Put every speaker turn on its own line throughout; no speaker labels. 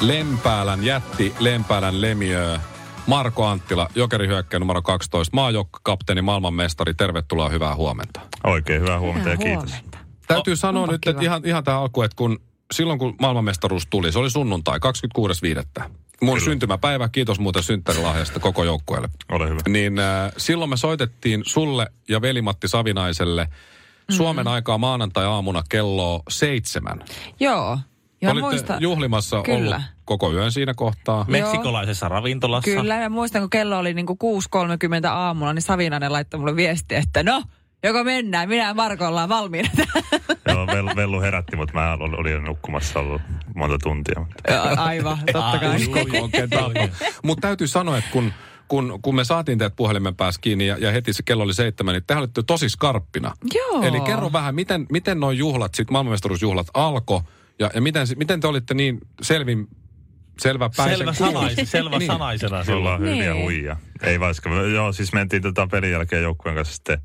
Lempäälän jätti, Lempäälän lemiö. Marko Anttila, jokerihyökkäjä numero 12, maajokka, kapteeni, maailmanmestari, tervetuloa, hyvää huomenta.
Oikein hyvää huomenta ja kiitos.
Täytyy sanoa nyt, että ihan, ihan tähän alkuun, että kun silloin kun maailmanmestaruus tuli, se oli sunnuntai, 26.5. Mun Kyllä. syntymäpäivä, kiitos muuten synttärilahjasta koko joukkueelle.
Ole hyvä.
Niin äh, silloin me soitettiin sulle ja velimatti Savinaiselle Suomen aikaa maanantai-aamuna kello seitsemän.
Joo. Joo,
Olitte
muista.
juhlimassa
Kyllä.
ollut koko yön siinä kohtaa.
Me-
Meksikolaisessa ravintolassa.
Kyllä, mä muistan, kun kello oli niinku 6.30 aamulla, niin Savinainen laittoi mulle viestiä, että no, joko mennään, minä ja Marko ollaan valmiina.
Joo, Vel- Vellu herätti, mutta mä olin, olin jo nukkumassa ollut monta tuntia. mutta-
Joo, Aivan, totta kai.
Mutta täytyy sanoa, että kun, kun, kun me saatiin teidät puhelimen päässä kiinni ja, ja heti se kello oli seitsemän, niin tehän olitte tosi skarppina.
Joo.
Eli kerro vähän, miten, miten nuo juhlat, sit maailmanmestaruusjuhlat alkoi ja, ja miten, se- miten te olitte niin selvin, selvä päisen
Selvä, sanais, selvä
Niin.
sanaisena
Me
silloin.
ollaan hyviä
Niin.
huijia. Ei vaiska. Joo, siis mentiin tota pelin jälkeen joukkueen kanssa sitten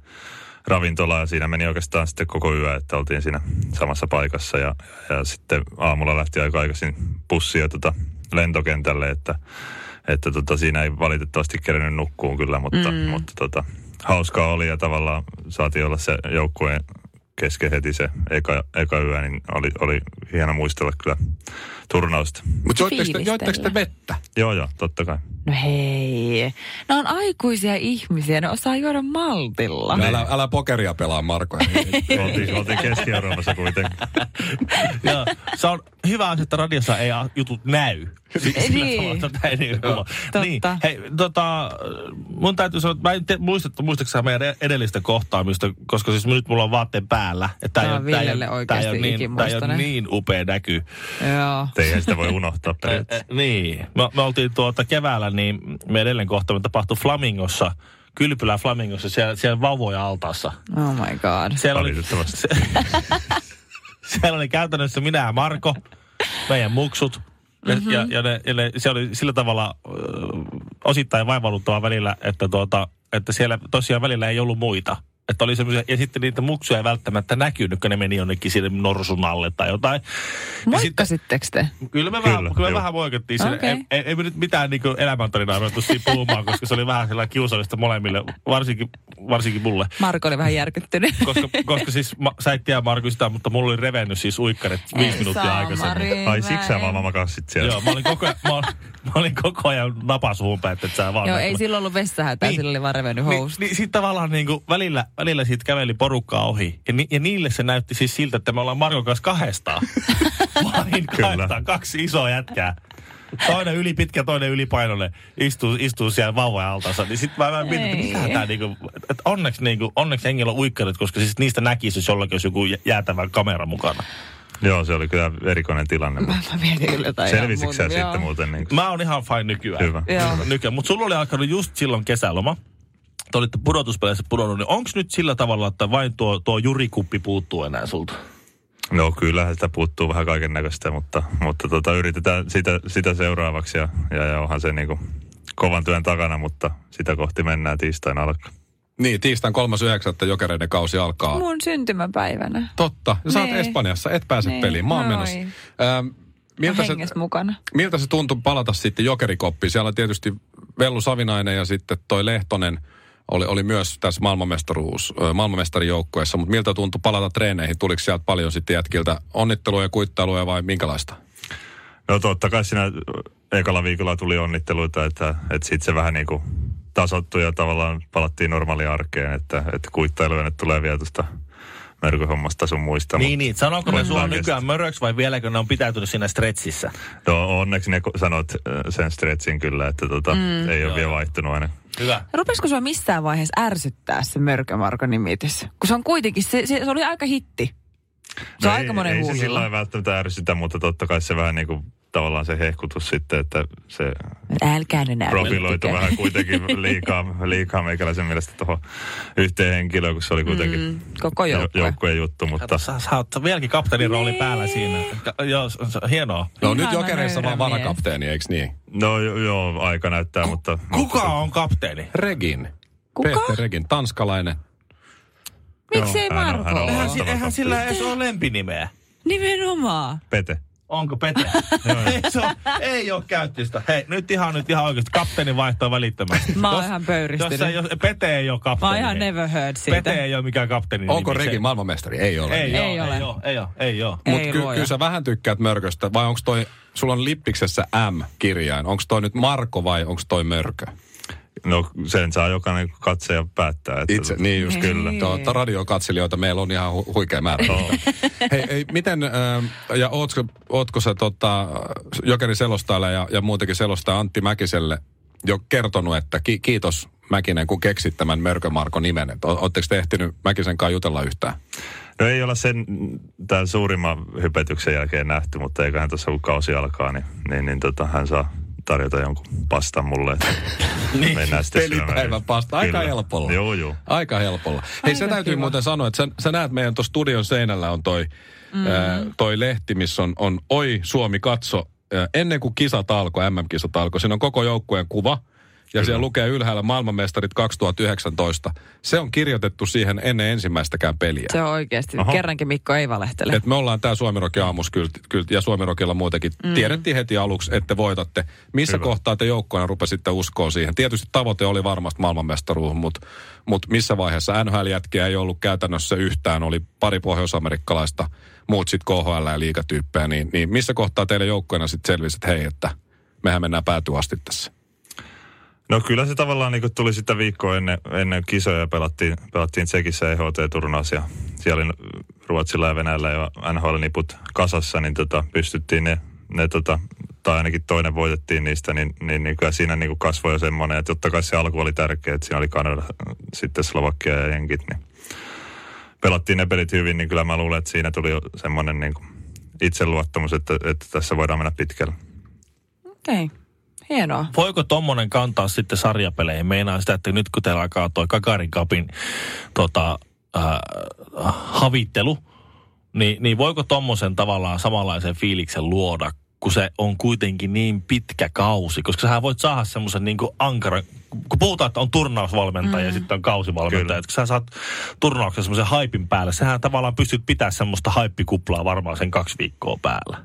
ravintolaan ja siinä meni oikeastaan sitten koko yö, että oltiin siinä samassa paikassa ja, ja sitten aamulla lähti aika aikaisin bussia tota lentokentälle, että, että tota siinä ei valitettavasti kerennyt nukkuun kyllä, mutta, mm. mutta tota, hauskaa oli ja tavallaan saatiin olla se joukkueen kesken heti se eka, eka yö, niin oli, oli hieno muistella kyllä turnausta.
Mutta joitteko, te-
Fiilistellä.
joitteko te vettä?
Joo, joo, totta kai.
No hei, ne on aikuisia ihmisiä, ne osaa juoda maltilla.
Älä, älä pokeria pelaa, Marko. Niin,
Oltiin, oltiin Keski-Euroopassa kuitenkin.
Joo. Se on hyvä asia, että radiossa ei a- jutut näy. Sillä
Niin.
tavalla, että tätä ei niin kuulla.
Totta.
Niin. Hei, tota, mun täytyy sanoa, että mä en te, muistat, muistatko meidän edellistä kohtaamista, koska siis nyt mulla on vaatteen päällä. Että
Tää on
ei ole- tää ei ole-
Villelle
tää ei
oikeasti
ole niin, tää ei ole
ikimuistoinen.
niin upea näky.
Joo.
Et Eihän sitä voi unohtaa periaatteessa.
Eh, Niin. Me, me oltiin tuota keväällä, niin me edelleen kohtaaminen tapahtui Flamingossa, kylpylä Flamingossa, siellä, siellä vauvoja altaassa.
Oh my god.
Siellä oli,
Valitettavasti.
se, siellä oli käytännössä minä ja Marko, meidän muksut. Ja, mm-hmm. ja, ja, ne, ja ne, se oli sillä tavalla ö, osittain vaivalluttava välillä, että, tuota, että siellä tosiaan välillä ei ollut muita. Että oli semmoisia, ja sitten niitä muksuja ei välttämättä näkynyt, kun ne meni jonnekin sinne norsun alle tai jotain. Ja sitten-
Moikkasitteko te?
Kyllä me
Kyllä,
vähän, kyllä me
joo.
vähän voikattiin sinne.
Okei.
Ei, ei, ei, me nyt mitään niin elämäntarinaa ruvettu siinä puhumaan, koska se oli vähän sellainen kiusallista molemmille, varsinkin, varsinkin mulle.
Marko oli vähän järkyttynyt.
Koska, koska siis, ma, sä et tiedä Markus sitä, mutta mulla oli revennyt siis uikkarit viisi minuuttia aikaisemmin.
Ai siksi mä vaan makasin siellä.
Joo, mä olin koko ajan, mä, olin- mä olin koko ajan napasuun päin, että et sä vaan...
Joo,
näkyy.
ei silloin ollut vessahätää,
Niin.
sillä oli vaan revennyt
Niin,
housut.
niin sit tavallaan niinku välillä, välillä siitä käveli porukkaa ohi. Ja, ni, ja niille se näytti siis siltä, että me ollaan Markon kanssa kahdestaan. Vain
Kyllä.
kahdestaan, kaksi isoa jätkää. Toinen yli pitkä, toinen ylipainoinen istuu, istuu siellä vauvoja altaansa. Niin sit mä, mä mietin, että
Ei.
mitä tää niinku, että onneksi niinku, onneksi engillä on uikkarit, koska siis niistä näkisi, jos jollakin olisi joku jä- jäätävä kamera mukana.
Joo, se oli kyllä erikoinen tilanne.
Mä, mä mietin kyllä jotain ihan
Selvisitkö sä
muuta.
sitten
Joo.
muuten? Niin kuin?
Mä oon ihan fine nykyään.
Hyvä.
Joo.
Nykyään. Mutta sulla oli alkanut just silloin kesäloma. Te olitte pudotuspeleissä pudonnut, niin onko nyt sillä tavalla, että vain tuo, tuo jurikuppi puuttuu enää sulta?
No kyllähän sitä puuttuu vähän kaiken näköistä, mutta, mutta tota, yritetään sitä, sitä seuraavaksi. Ja, ja, ja onhan se niin kuin kovan työn takana, mutta sitä kohti mennään tiistaina alkaa.
niin, tiistain 3.9. jokereiden kausi alkaa.
Mun syntymäpäivänä.
Totta. Ja Sä oot
Niin.
Espanjassa, et pääse
Niin,
peliin. Mä oon
moi.
menossa. Ähm,
Miltä
miltä, se,
henges mukana.
miltä se tuntui palata sitten jokerikoppiin? Siellä tietysti Vellu Savinainen ja sitten toi Lehtonen oli, oli myös tässä maailmanmestaruus, ö, maailmanmestarijoukkueessa. Mutta miltä tuntui palata treeneihin? Tuliko sieltä paljon sitten jätkiltä onnittelua ja kuittailua vai minkälaista?
No totta kai siinä ekalla viikolla tuli onnitteluita, että, että sitten se vähän niin kuin tasottui ja tavallaan palattiin normaaliin arkeen, että, että kuittailuja nyt tulee vielä tuosta mörköhommasta sun muista.
Niin, niin. Sanonko ne
Koittaa
sua
kestää.
nykyään möröksi vai vieläkö ne on pitäytynyt siinä stretchissä?
mutta No onneksi ne ko- sanot äh, sen stretchin kyllä, että tota, mm. ei ole vielä vaihtunut aina.
Hyvä.
Rupesiko sua missään vaiheessa ärsyttää se Mörkömarko nimitys? Kun se on kuitenkin, se, se, se oli aika hitti. Se on
ei,
aika monen
No Ei se sillä
huulilla.
lailla välttämättä ärsytä, mutta totta kai se vähän niin kuin tavallaan se hehkutus sitten, että se
Älkää nyt näy.
profiloitu
menettikö.
vähän kuitenkin liikaa, liikaa meikäläisen mielestä tuohon yhteen henkilöön, kun se oli kuitenkin
Mm, koko
jo-
joukkue.
joukkueen juttu, mutta
Sä, sä oot vieläkin kapteenin rooli päällä siinä. Ka- Joo, se on se on hienoa.
No nyt
Ihana
jokereissa vaan
nöyrä mies.
varakapteeni, eikö niin?
no jo- joo, aika näyttää, mutta...
Kuka on kapteeni?
Regin.
Kuka?
Peter Regin, tanskalainen.
Niin,
Miksei
Hän on- hän on
Marko?
loistava
Eihän, si- eihän
kapteeni.
sillä edes ole lempinimeä.
Nimenomaan.
Pete.
Onko Pete? ei, se on, ei ole käyttöistä. Hei, nyt ihan, nyt ihan oikeasti. Kapteenin vaihtoa välittömästi.
Mä oon
Jos-
ihan pöyristynyt.
Jos, sä- jos, Pete ei ole
Mä
kapteeni.
oon ihan
hei.
never heard siitä.
Pete ei ole mikään kapteeni.
Onko
nimi, niin, se-
Regin maailmanmestari? Ei ole. niin.
Ei,
Ei
ei, ole.
ole.
ei ole. Ei ole. Ei ole.
Ei
Mutta ky-
luoja.
kyllä sä vähän tykkäät mörköstä, vai onko toi, sulla on lippiksessä M-kirjain, onko toi nyt Marko vai onko toi mörkö?
No sen saa jokainen katseja päättää. Että
Itse, niin just
Niin.
kyllä. Tuota, radiokatselijoita meillä on ihan hu- huikea määrä. hei, hei, miten, ö, ja ootko, ootko sä tota, Jokeri Selostajalle ja, ja muutenkin selostaja Antti Mäkiselle jo kertonut, että ki- kiitos Mäkinen, kun keksit tämän Mörkö Marko nimen. Et o- Ootteko te ehtinyt Mäkisen kanssa jutella yhtään?
No ei olla sen tämän suurimman hypetyksen jälkeen nähty, mutta eiköhän tuossa kun kausi alkaa, niin, niin, niin tota, hän saa tarjota jonkun pastan mulle. että Mennään sitten syömään.
Niin, Pelipäivän pasta. Aika
Kyllä.
helpolla.
Joo, joo.
Aika helpolla. Hei, se
Aika
täytyy
kiva.
muuten sanoa, että sä, sä näet meidän tuossa studion seinällä on toi, mm. ää, toi lehti, missä on, on Oi Suomi katso. Ää, ennen kuin kisat alkoi, MM-kisat alkoi, siinä on koko joukkueen kuva. Ja Kyllä. siellä lukee ylhäällä maailmanmestarit 2019. Se on kirjoitettu siihen ennen ensimmäistäkään peliä.
Se on oikeasti.
Aha.
Kerrankin Mikko ei valehtele.
Et me ollaan tää Suomirokin aamus kyllä, kyllä, ja Suomirokilla muutenkin. Mm. Tiedettiin heti aluksi, että te voitatte. Missä
Kyllä.
kohtaa te joukkoina rupesitte uskoa siihen? Tietysti tavoite oli varmasti maailmanmestaruus, mutta mut missä vaiheessa NHL-jätkiä ei ollut käytännössä yhtään. Oli pari pohjoisamerikkalaista, muut sitten KHL ja liigatyyppejä. Niin, niin missä kohtaa teille joukkoina sitten selvisi, että hei, että mehän mennään päätyä asti tässä.
No kyllä se tavallaan niin tuli sitä viikkoa ennen, ennen kisoja pelattiin, pelattiin Tsekissä EHT-turnaus ja siellä oli Ruotsilla ja Venäjällä ja NHL-niput kasassa, niin tota, pystyttiin ne, ne tota, tai ainakin toinen voitettiin niistä, niin, niin, niin kyllä siinä niin kasvoi jo semmoinen, että totta kai se alku oli tärkeä, että siinä oli Kanada, sitten Slovakia ja Jenkit, niin pelattiin ne pelit hyvin, niin kyllä mä luulen, että siinä tuli jo semmoinen niin itseluottamus, että, että tässä voidaan mennä pitkälle.
Okei. Hienoa.
Voiko tommonen kantaa sitten sarjapeleihin? Meinaa sitä, että nyt kun teillä alkaa toi Kakarin kapin tota, äh, havittelu, niin, niin voiko tommosen tavallaan samanlaisen fiiliksen luoda, kun se on kuitenkin niin pitkä kausi? Koska sähän voit saada semmoisen niin ankaran, kun puhutaan, että on turnausvalmentaja mm. ja sitten on kausivalmentaja,
Kyllä.
että kun sä saat turnauksen semmoisen haipin päälle, sähän tavallaan pystyt pitämään semmoista haippikuplaa varmaan sen kaksi viikkoa päällä.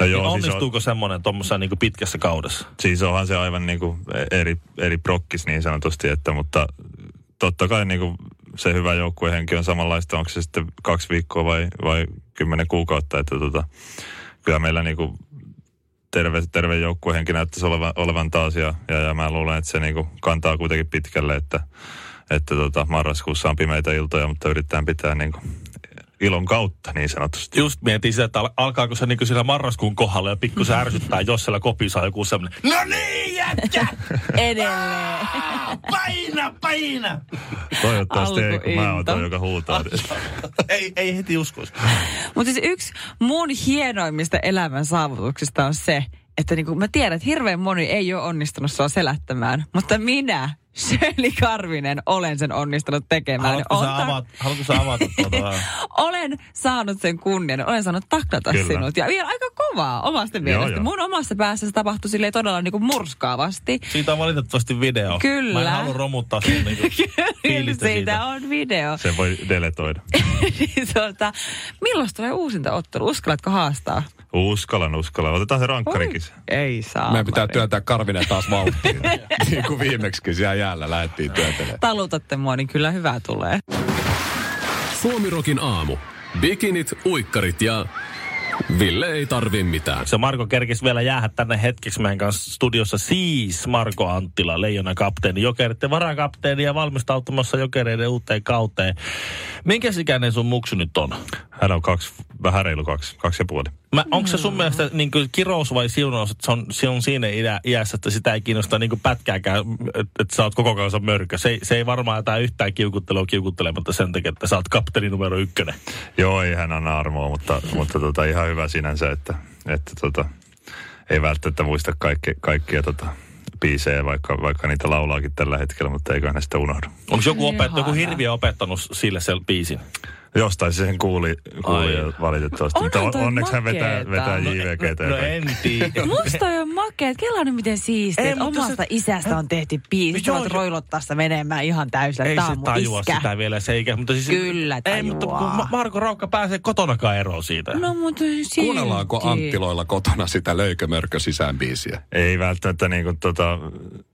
No
Joo, niin
siis on-
onnistuuko siis on... semmoinen tuommoisessa niin pitkässä kaudessa?
Siis onhan se aivan niin kuin eri, eri prokkis niin sanotusti, että mutta totta kai niin kuin se hyvä joukkuehenki on samanlaista, onko se sitten kaksi viikkoa vai, vai kymmenen kuukautta, että tota, kyllä meillä niin kuin terve, terve joukkuehenki näyttäisi olevan, olevan taas ja, ja, ja mä luulen, että se niin kuin kantaa kuitenkin pitkälle, että, että tota, marraskuussa on pimeitä iltoja, mutta yritetään pitää niin kuin ilon kautta niin sanotusti.
just mietin sitä, että al- alkaako se niinku sillä marraskuun kohdalla ja pikkusen ärsyttää, jos siellä kopissa on joku semmoinen, no niin jätkä,
Edelleen.
paina, paina.
Toivottavasti ei, kun mä oon
Alkuinto.
toi, joka huutaa.
ei, ei heti uskoisi.
Mutta siis yksi mun hienoimmista elämän saavutuksista on se, että niinku mä tiedän, että hirveän moni ei ole onnistunut sua selättämään, mutta minä, Shirley Karvinen, olen sen onnistunut tekemään.
Haluatko
Olen
sä,
no ta-
avaat, haluatko sä avata tuota vähän?
Olen saanut sen kunnian, olen saanut taklata
Kyllä.
Kyllä. sinut. Ja vielä aika kovaa omasta mielestä.
joo.
Mun omassa päässä se tapahtui silleen todella niinku murskaavasti.
Siitä on valitettavasti video.
Kyllä.
Mä en halua romuttaa sun niinku fiilistä
Siitä
siitä.
on video.
Sen voi deletoida.
Niin tota, milloin tulee uusinta ottelu? Uskallatko haastaa?
Uskallan, uskallan. Otetaan se rankkarikin.
Oi, Ei saa.
Meidän pitää työntää Karvinen taas vauhtiin. niin kuin viimeksi siellä jäällä lähdettiin työntelemään.
Talutatte mua, niin kyllä hyvää tulee.
Suomirokin aamu. Bikinit, uikkarit ja Ville ei tarvi mitään.
Se Marko kerkis vielä jäädä tänne hetkeksi meidän kanssa studiossa. Siis Marko Anttila, leijona kapteeni, jokeritten varakapteeni ja valmistautumassa jokereiden uuteen kauteen. Minkäs ikäinen sun muksu nyt on?
Hän on kaksi, vähän reilu kaksi, kaksi ja puoli.
Mä, onko se sun mielestä niin kuin kirous vai siunaus, että se on, se on siinä idä, iässä, että sitä ei kiinnosta niin kuin pätkääkään, että et sä oot koko kansan mörkö. Se, ei- se ei varmaan jätä yhtään kiukuttelua kiukuttelematta sen takia, että sä oot kapteeni numero ykkönen.
Joo, ei hän anna armoa, mutta, mutta tota, ihan hyvä sinänsä, että, että tota, ei välttämättä muista kaikki, kaikkia tota, biisejä, vaikka, vaikka niitä laulaakin tällä hetkellä, mutta eiköhän ne sitä unohdu.
Onko joku, opet,
Ihana.
joku hirviö opettanut sille sen biisin?
Jostain se sen kuuli, kuuli
Ai.
valitettavasti.
Onhan
Mutta on,
toi
onneksi hän vetää,
makeeta.
vetää
No,
JVGtä.
No en tiedä.
Musta on makea, että kelaa nyt miten siistiä,
Ei,
että
mutta
omasta
se-
isästä on tehty biisi. Sä
Joo,
voit
joo.
roilottaa sitä menemään ihan täysillä.
Ei
Tää
se
on mun
tajua
iskä.
sitä vielä se ikä. Mutta siis,
Kyllä
Ei, mutta kun
tajuaa.
Ma- Marko Raukka pääsee kotonakaan eroon siitä.
No mutta silti.
Kuunnellaanko Anttiloilla kotona sitä löykömörkö sisäänbiisiä?
Ei välttämättä niinku tota,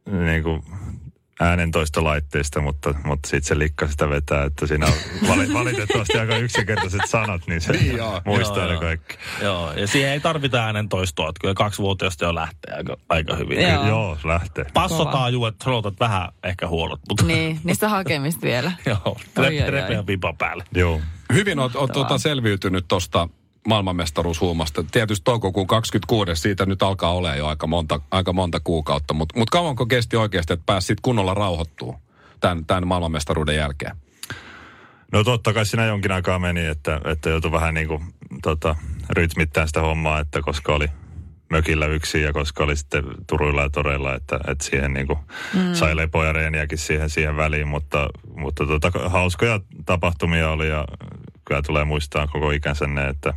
niinku äänentoistolaitteista, mutta, mutta sitten se likka sitä vetää, että siinä on vali, valitettavasti aika yksinkertaiset sanat, niin se
Niin joo.
muistaa
Joo,
ne
joo.
kaikki.
Joo, ja siihen ei tarvita äänen toistoa, että kyllä kaksi vuotiaista jo lähtee aika, aika hyvin.
Joo.
Joo, joo lähtee.
Passotaaju, että sanotat vähän ehkä huolot, mutta
Niin, niistä hakemista vielä.
joo,
Ai, ai,
tre,
ai.
trepeä pipa päälle.
Joo.
Hyvin olet olet tuota selviytynyt tuosta maailmanmestaruushuumasta. Tietysti toukokuun 26. siitä nyt alkaa olla jo aika monta, aika monta kuukautta, mutta mut kauanko kesti oikeasti, että pääsit kunnolla rauhoittuu tämän, tämän maailmanmestaruuden jälkeen?
No totta kai siinä jonkin aikaa meni, että, että joutui vähän niin kuin tota, rytmittämään sitä hommaa, että koska oli mökillä yksin ja koska oli sitten Turuilla ja Toreilla, että, että siihen niin kuin mm. sai lepoa ja reeniäkin siihen, siihen väliin, mutta, mutta tota, hauskoja tapahtumia oli ja kyllä tulee muistaa koko ikänsä ne, että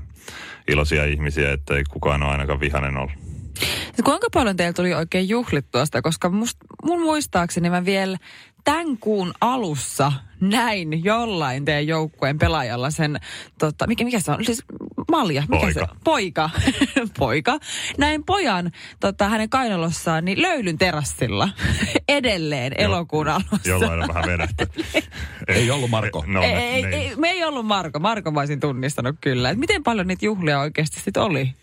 iloisia ihmisiä, että ei kukaan ole ainakaan vihainen ollut.
Siis Kuinka paljon teillä tuli oikein juhlittua sitä, koska must, mun muistaakseni mä vielä tämän kuun alussa näin jollain teidän joukkueen pelaajalla sen, tota, mikä, mikä se on, siis malja, mikä
Poika.
se on? Poika. Poika. Näin pojan tota, hänen kainalossaan niin löylyn terassilla edelleen
Jo-
elokuun alussa.
Jollain on vähän vedättä.
Ei ollut Marko.
No,
ei, ei,
niin.
ei, me ei ollut Marko. Marko mä olisin tunnistanut kyllä. Et miten paljon niitä juhlia oikeasti sitten oli?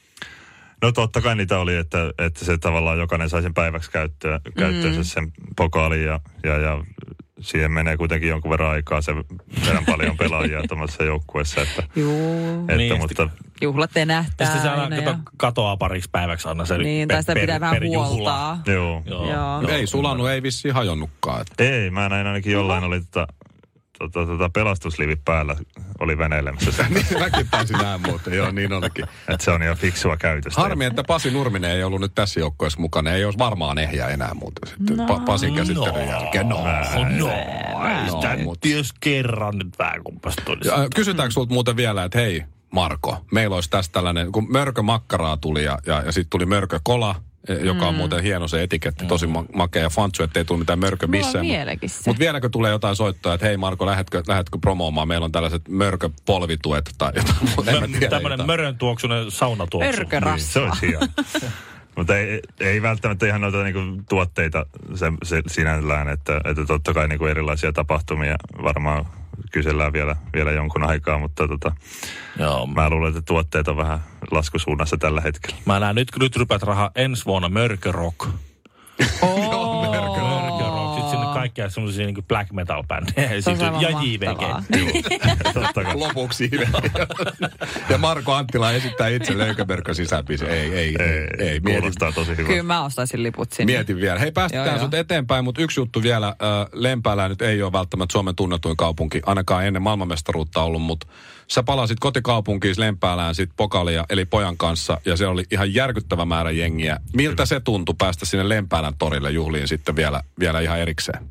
No totta kai niitä oli, että, että se tavallaan jokainen sai sen päiväksi käyttöön, käyttöönsä sen pokaalin ja, ja, ja siihen menee kuitenkin jonkun verran aikaa sen verran paljon pelaajia tuommoisessa joukkueessa, että,
Juu,
että
Niin,
mutta
juhlat
Ja
tenähtää
sitten se aina
aina
kato,
ja...
katoaa pariksi päiväksi aina se
Niin, tai sitä pitää vähän
juhla.
huoltaa.
joo. joo.
Joo.
Joo.
Ei sulanut, ei vissiin hajonnutkaan. Että.
Ei, mä näin ainakin jollain oli tota, tota, tota pelastusliivi päällä, oli veneilemässä sen. kanssa.
Mäkin taisin näin muuten, joo niin olikin.
että se on ihan fiksua käytöstä.
Harmi, että Pasi Nurminen ei ollut nyt tässä joukkueessa mukana. Ei olisi varmaan ehjä enää muuten sitten no. pa- Pasin käsittelyn jälkeen. No.
no,
No,
sitä nyt
mut-
jos kerran nyt vähän kompastui.
Ja, äh, Kysytäänkö sulta muuten vielä, että hei Marko, meillä olisi tässä tällainen, kun mörkö makkaraa tuli ja, ja, ja sitten tuli mörkö kola, eh, joka
Mm.
on muuten hieno se etiketti, tosi ma- makea ja fantsu, ettei tule mitään mörkö
Mulla on
missään.
vieläkin se.
Mutta vieläkö tulee jotain soittoa, että hei Marko, lähetkö, lähetkö promoomaan, meillä on tällaiset mörkö polvituet tai jotain muuta, en mä tiedä
Tämmöinen
jotain.
mörön tuoksunen saunatuoksu. Niin.
Örkörasva.
Niin, Se olisi hieno. Mutta ei, ei välttämättä ihan noita niinku tuotteita se, se, sinällään, että, että totta kai niinku erilaisia tapahtumia varmaan kysellään vielä, vielä jonkun aikaa, mutta tota,
Joo, mä,
mä luulen, että tuotteet on vähän laskusuunnassa tällä hetkellä.
mä näen nyt, nyt rypät rahaa ensi vuonna mörkörock. Mörkörock. Sitten sinne kaikkia semmoisia niin black metal bändejä esiintyy.
aivan
Ja
mahtavaa.
JVG.
totta kai.
Lopuksi Ja Marko Anttila esittää itse löykömörkö sisäpiisi. Ei, ei, ei, ei, ei mieti,
kuulostaa tosi
Kyllä
hyvältä.
mä ostaisin liput sinne.
Mietin vielä. Hei,
Joo,
päästetään
joo.
sut eteenpäin, mutta yksi juttu vielä. Äh, Lempäälä nyt ei ole välttämättä Suomen tunnetuin kaupunki, ainakaan ennen maailmanmestaruutta ollut, mutta sä palasit kotikaupunkiin Lempäälään sit Pokalia, eli pojan kanssa, ja se oli ihan järkyttävä määrä jengiä. Miltä se tuntui päästä sinne Lempäälän torille juhliin sitten vielä, vielä ihan erikseen?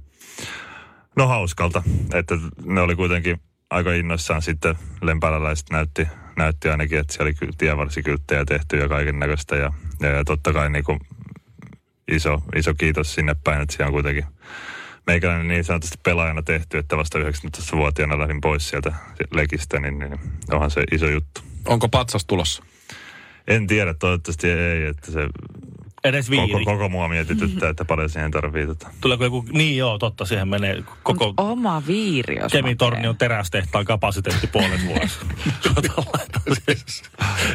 No hauskalta, että ne oli kuitenkin aika innoissaan sitten lempäläläiset näytti, näytti ainakin, että siellä oli ky- tienvarsikylttejä tehty ja kaiken näköistä ja, ja, ja totta kai niin kuin iso, iso kiitos sinne päin, että siellä on kuitenkin meikäläinen niin sanotusti pelaajana tehty, että vasta 19-vuotiaana lähdin pois sieltä lekistä, niin, niin onhan se iso juttu.
Onko patsas tulossa?
En tiedä, toivottavasti ei, että se
Edes
koko,
viiri.
koko mua mietityttää, että paljon siihen tarvii tota.
Tuleeko joku, niin joo, totta, siihen menee koko
Oma viiri, jos
Kemin torni
makee.
on terästehtaan kapasiteetti puolen vuodessa.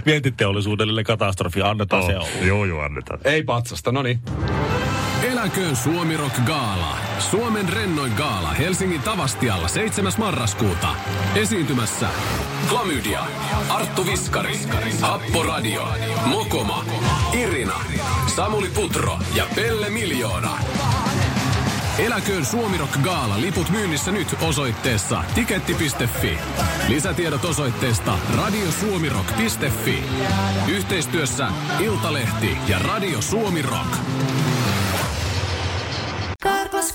Vientiteollisuudelle siis katastrofi, annetaan se olla.
Joo, joo, annetaan.
Ei patsasta, no niin.
Eläköön Suomi Rock Gaala. Suomen rennoin gaala Helsingin Tavastialla 7. marraskuuta. Esiintymässä Klamydia, Arttu Viskari, Happo Radio, Mokoma, Irina, Samuli Putro ja Pelle Miljoona. Eläköön Suomirock Gaala liput myynnissä nyt osoitteessa tiketti.fi. Lisätiedot osoitteesta radiosuomirock.fi. Yhteistyössä Iltalehti ja Radio Suomi Rock.
Karklas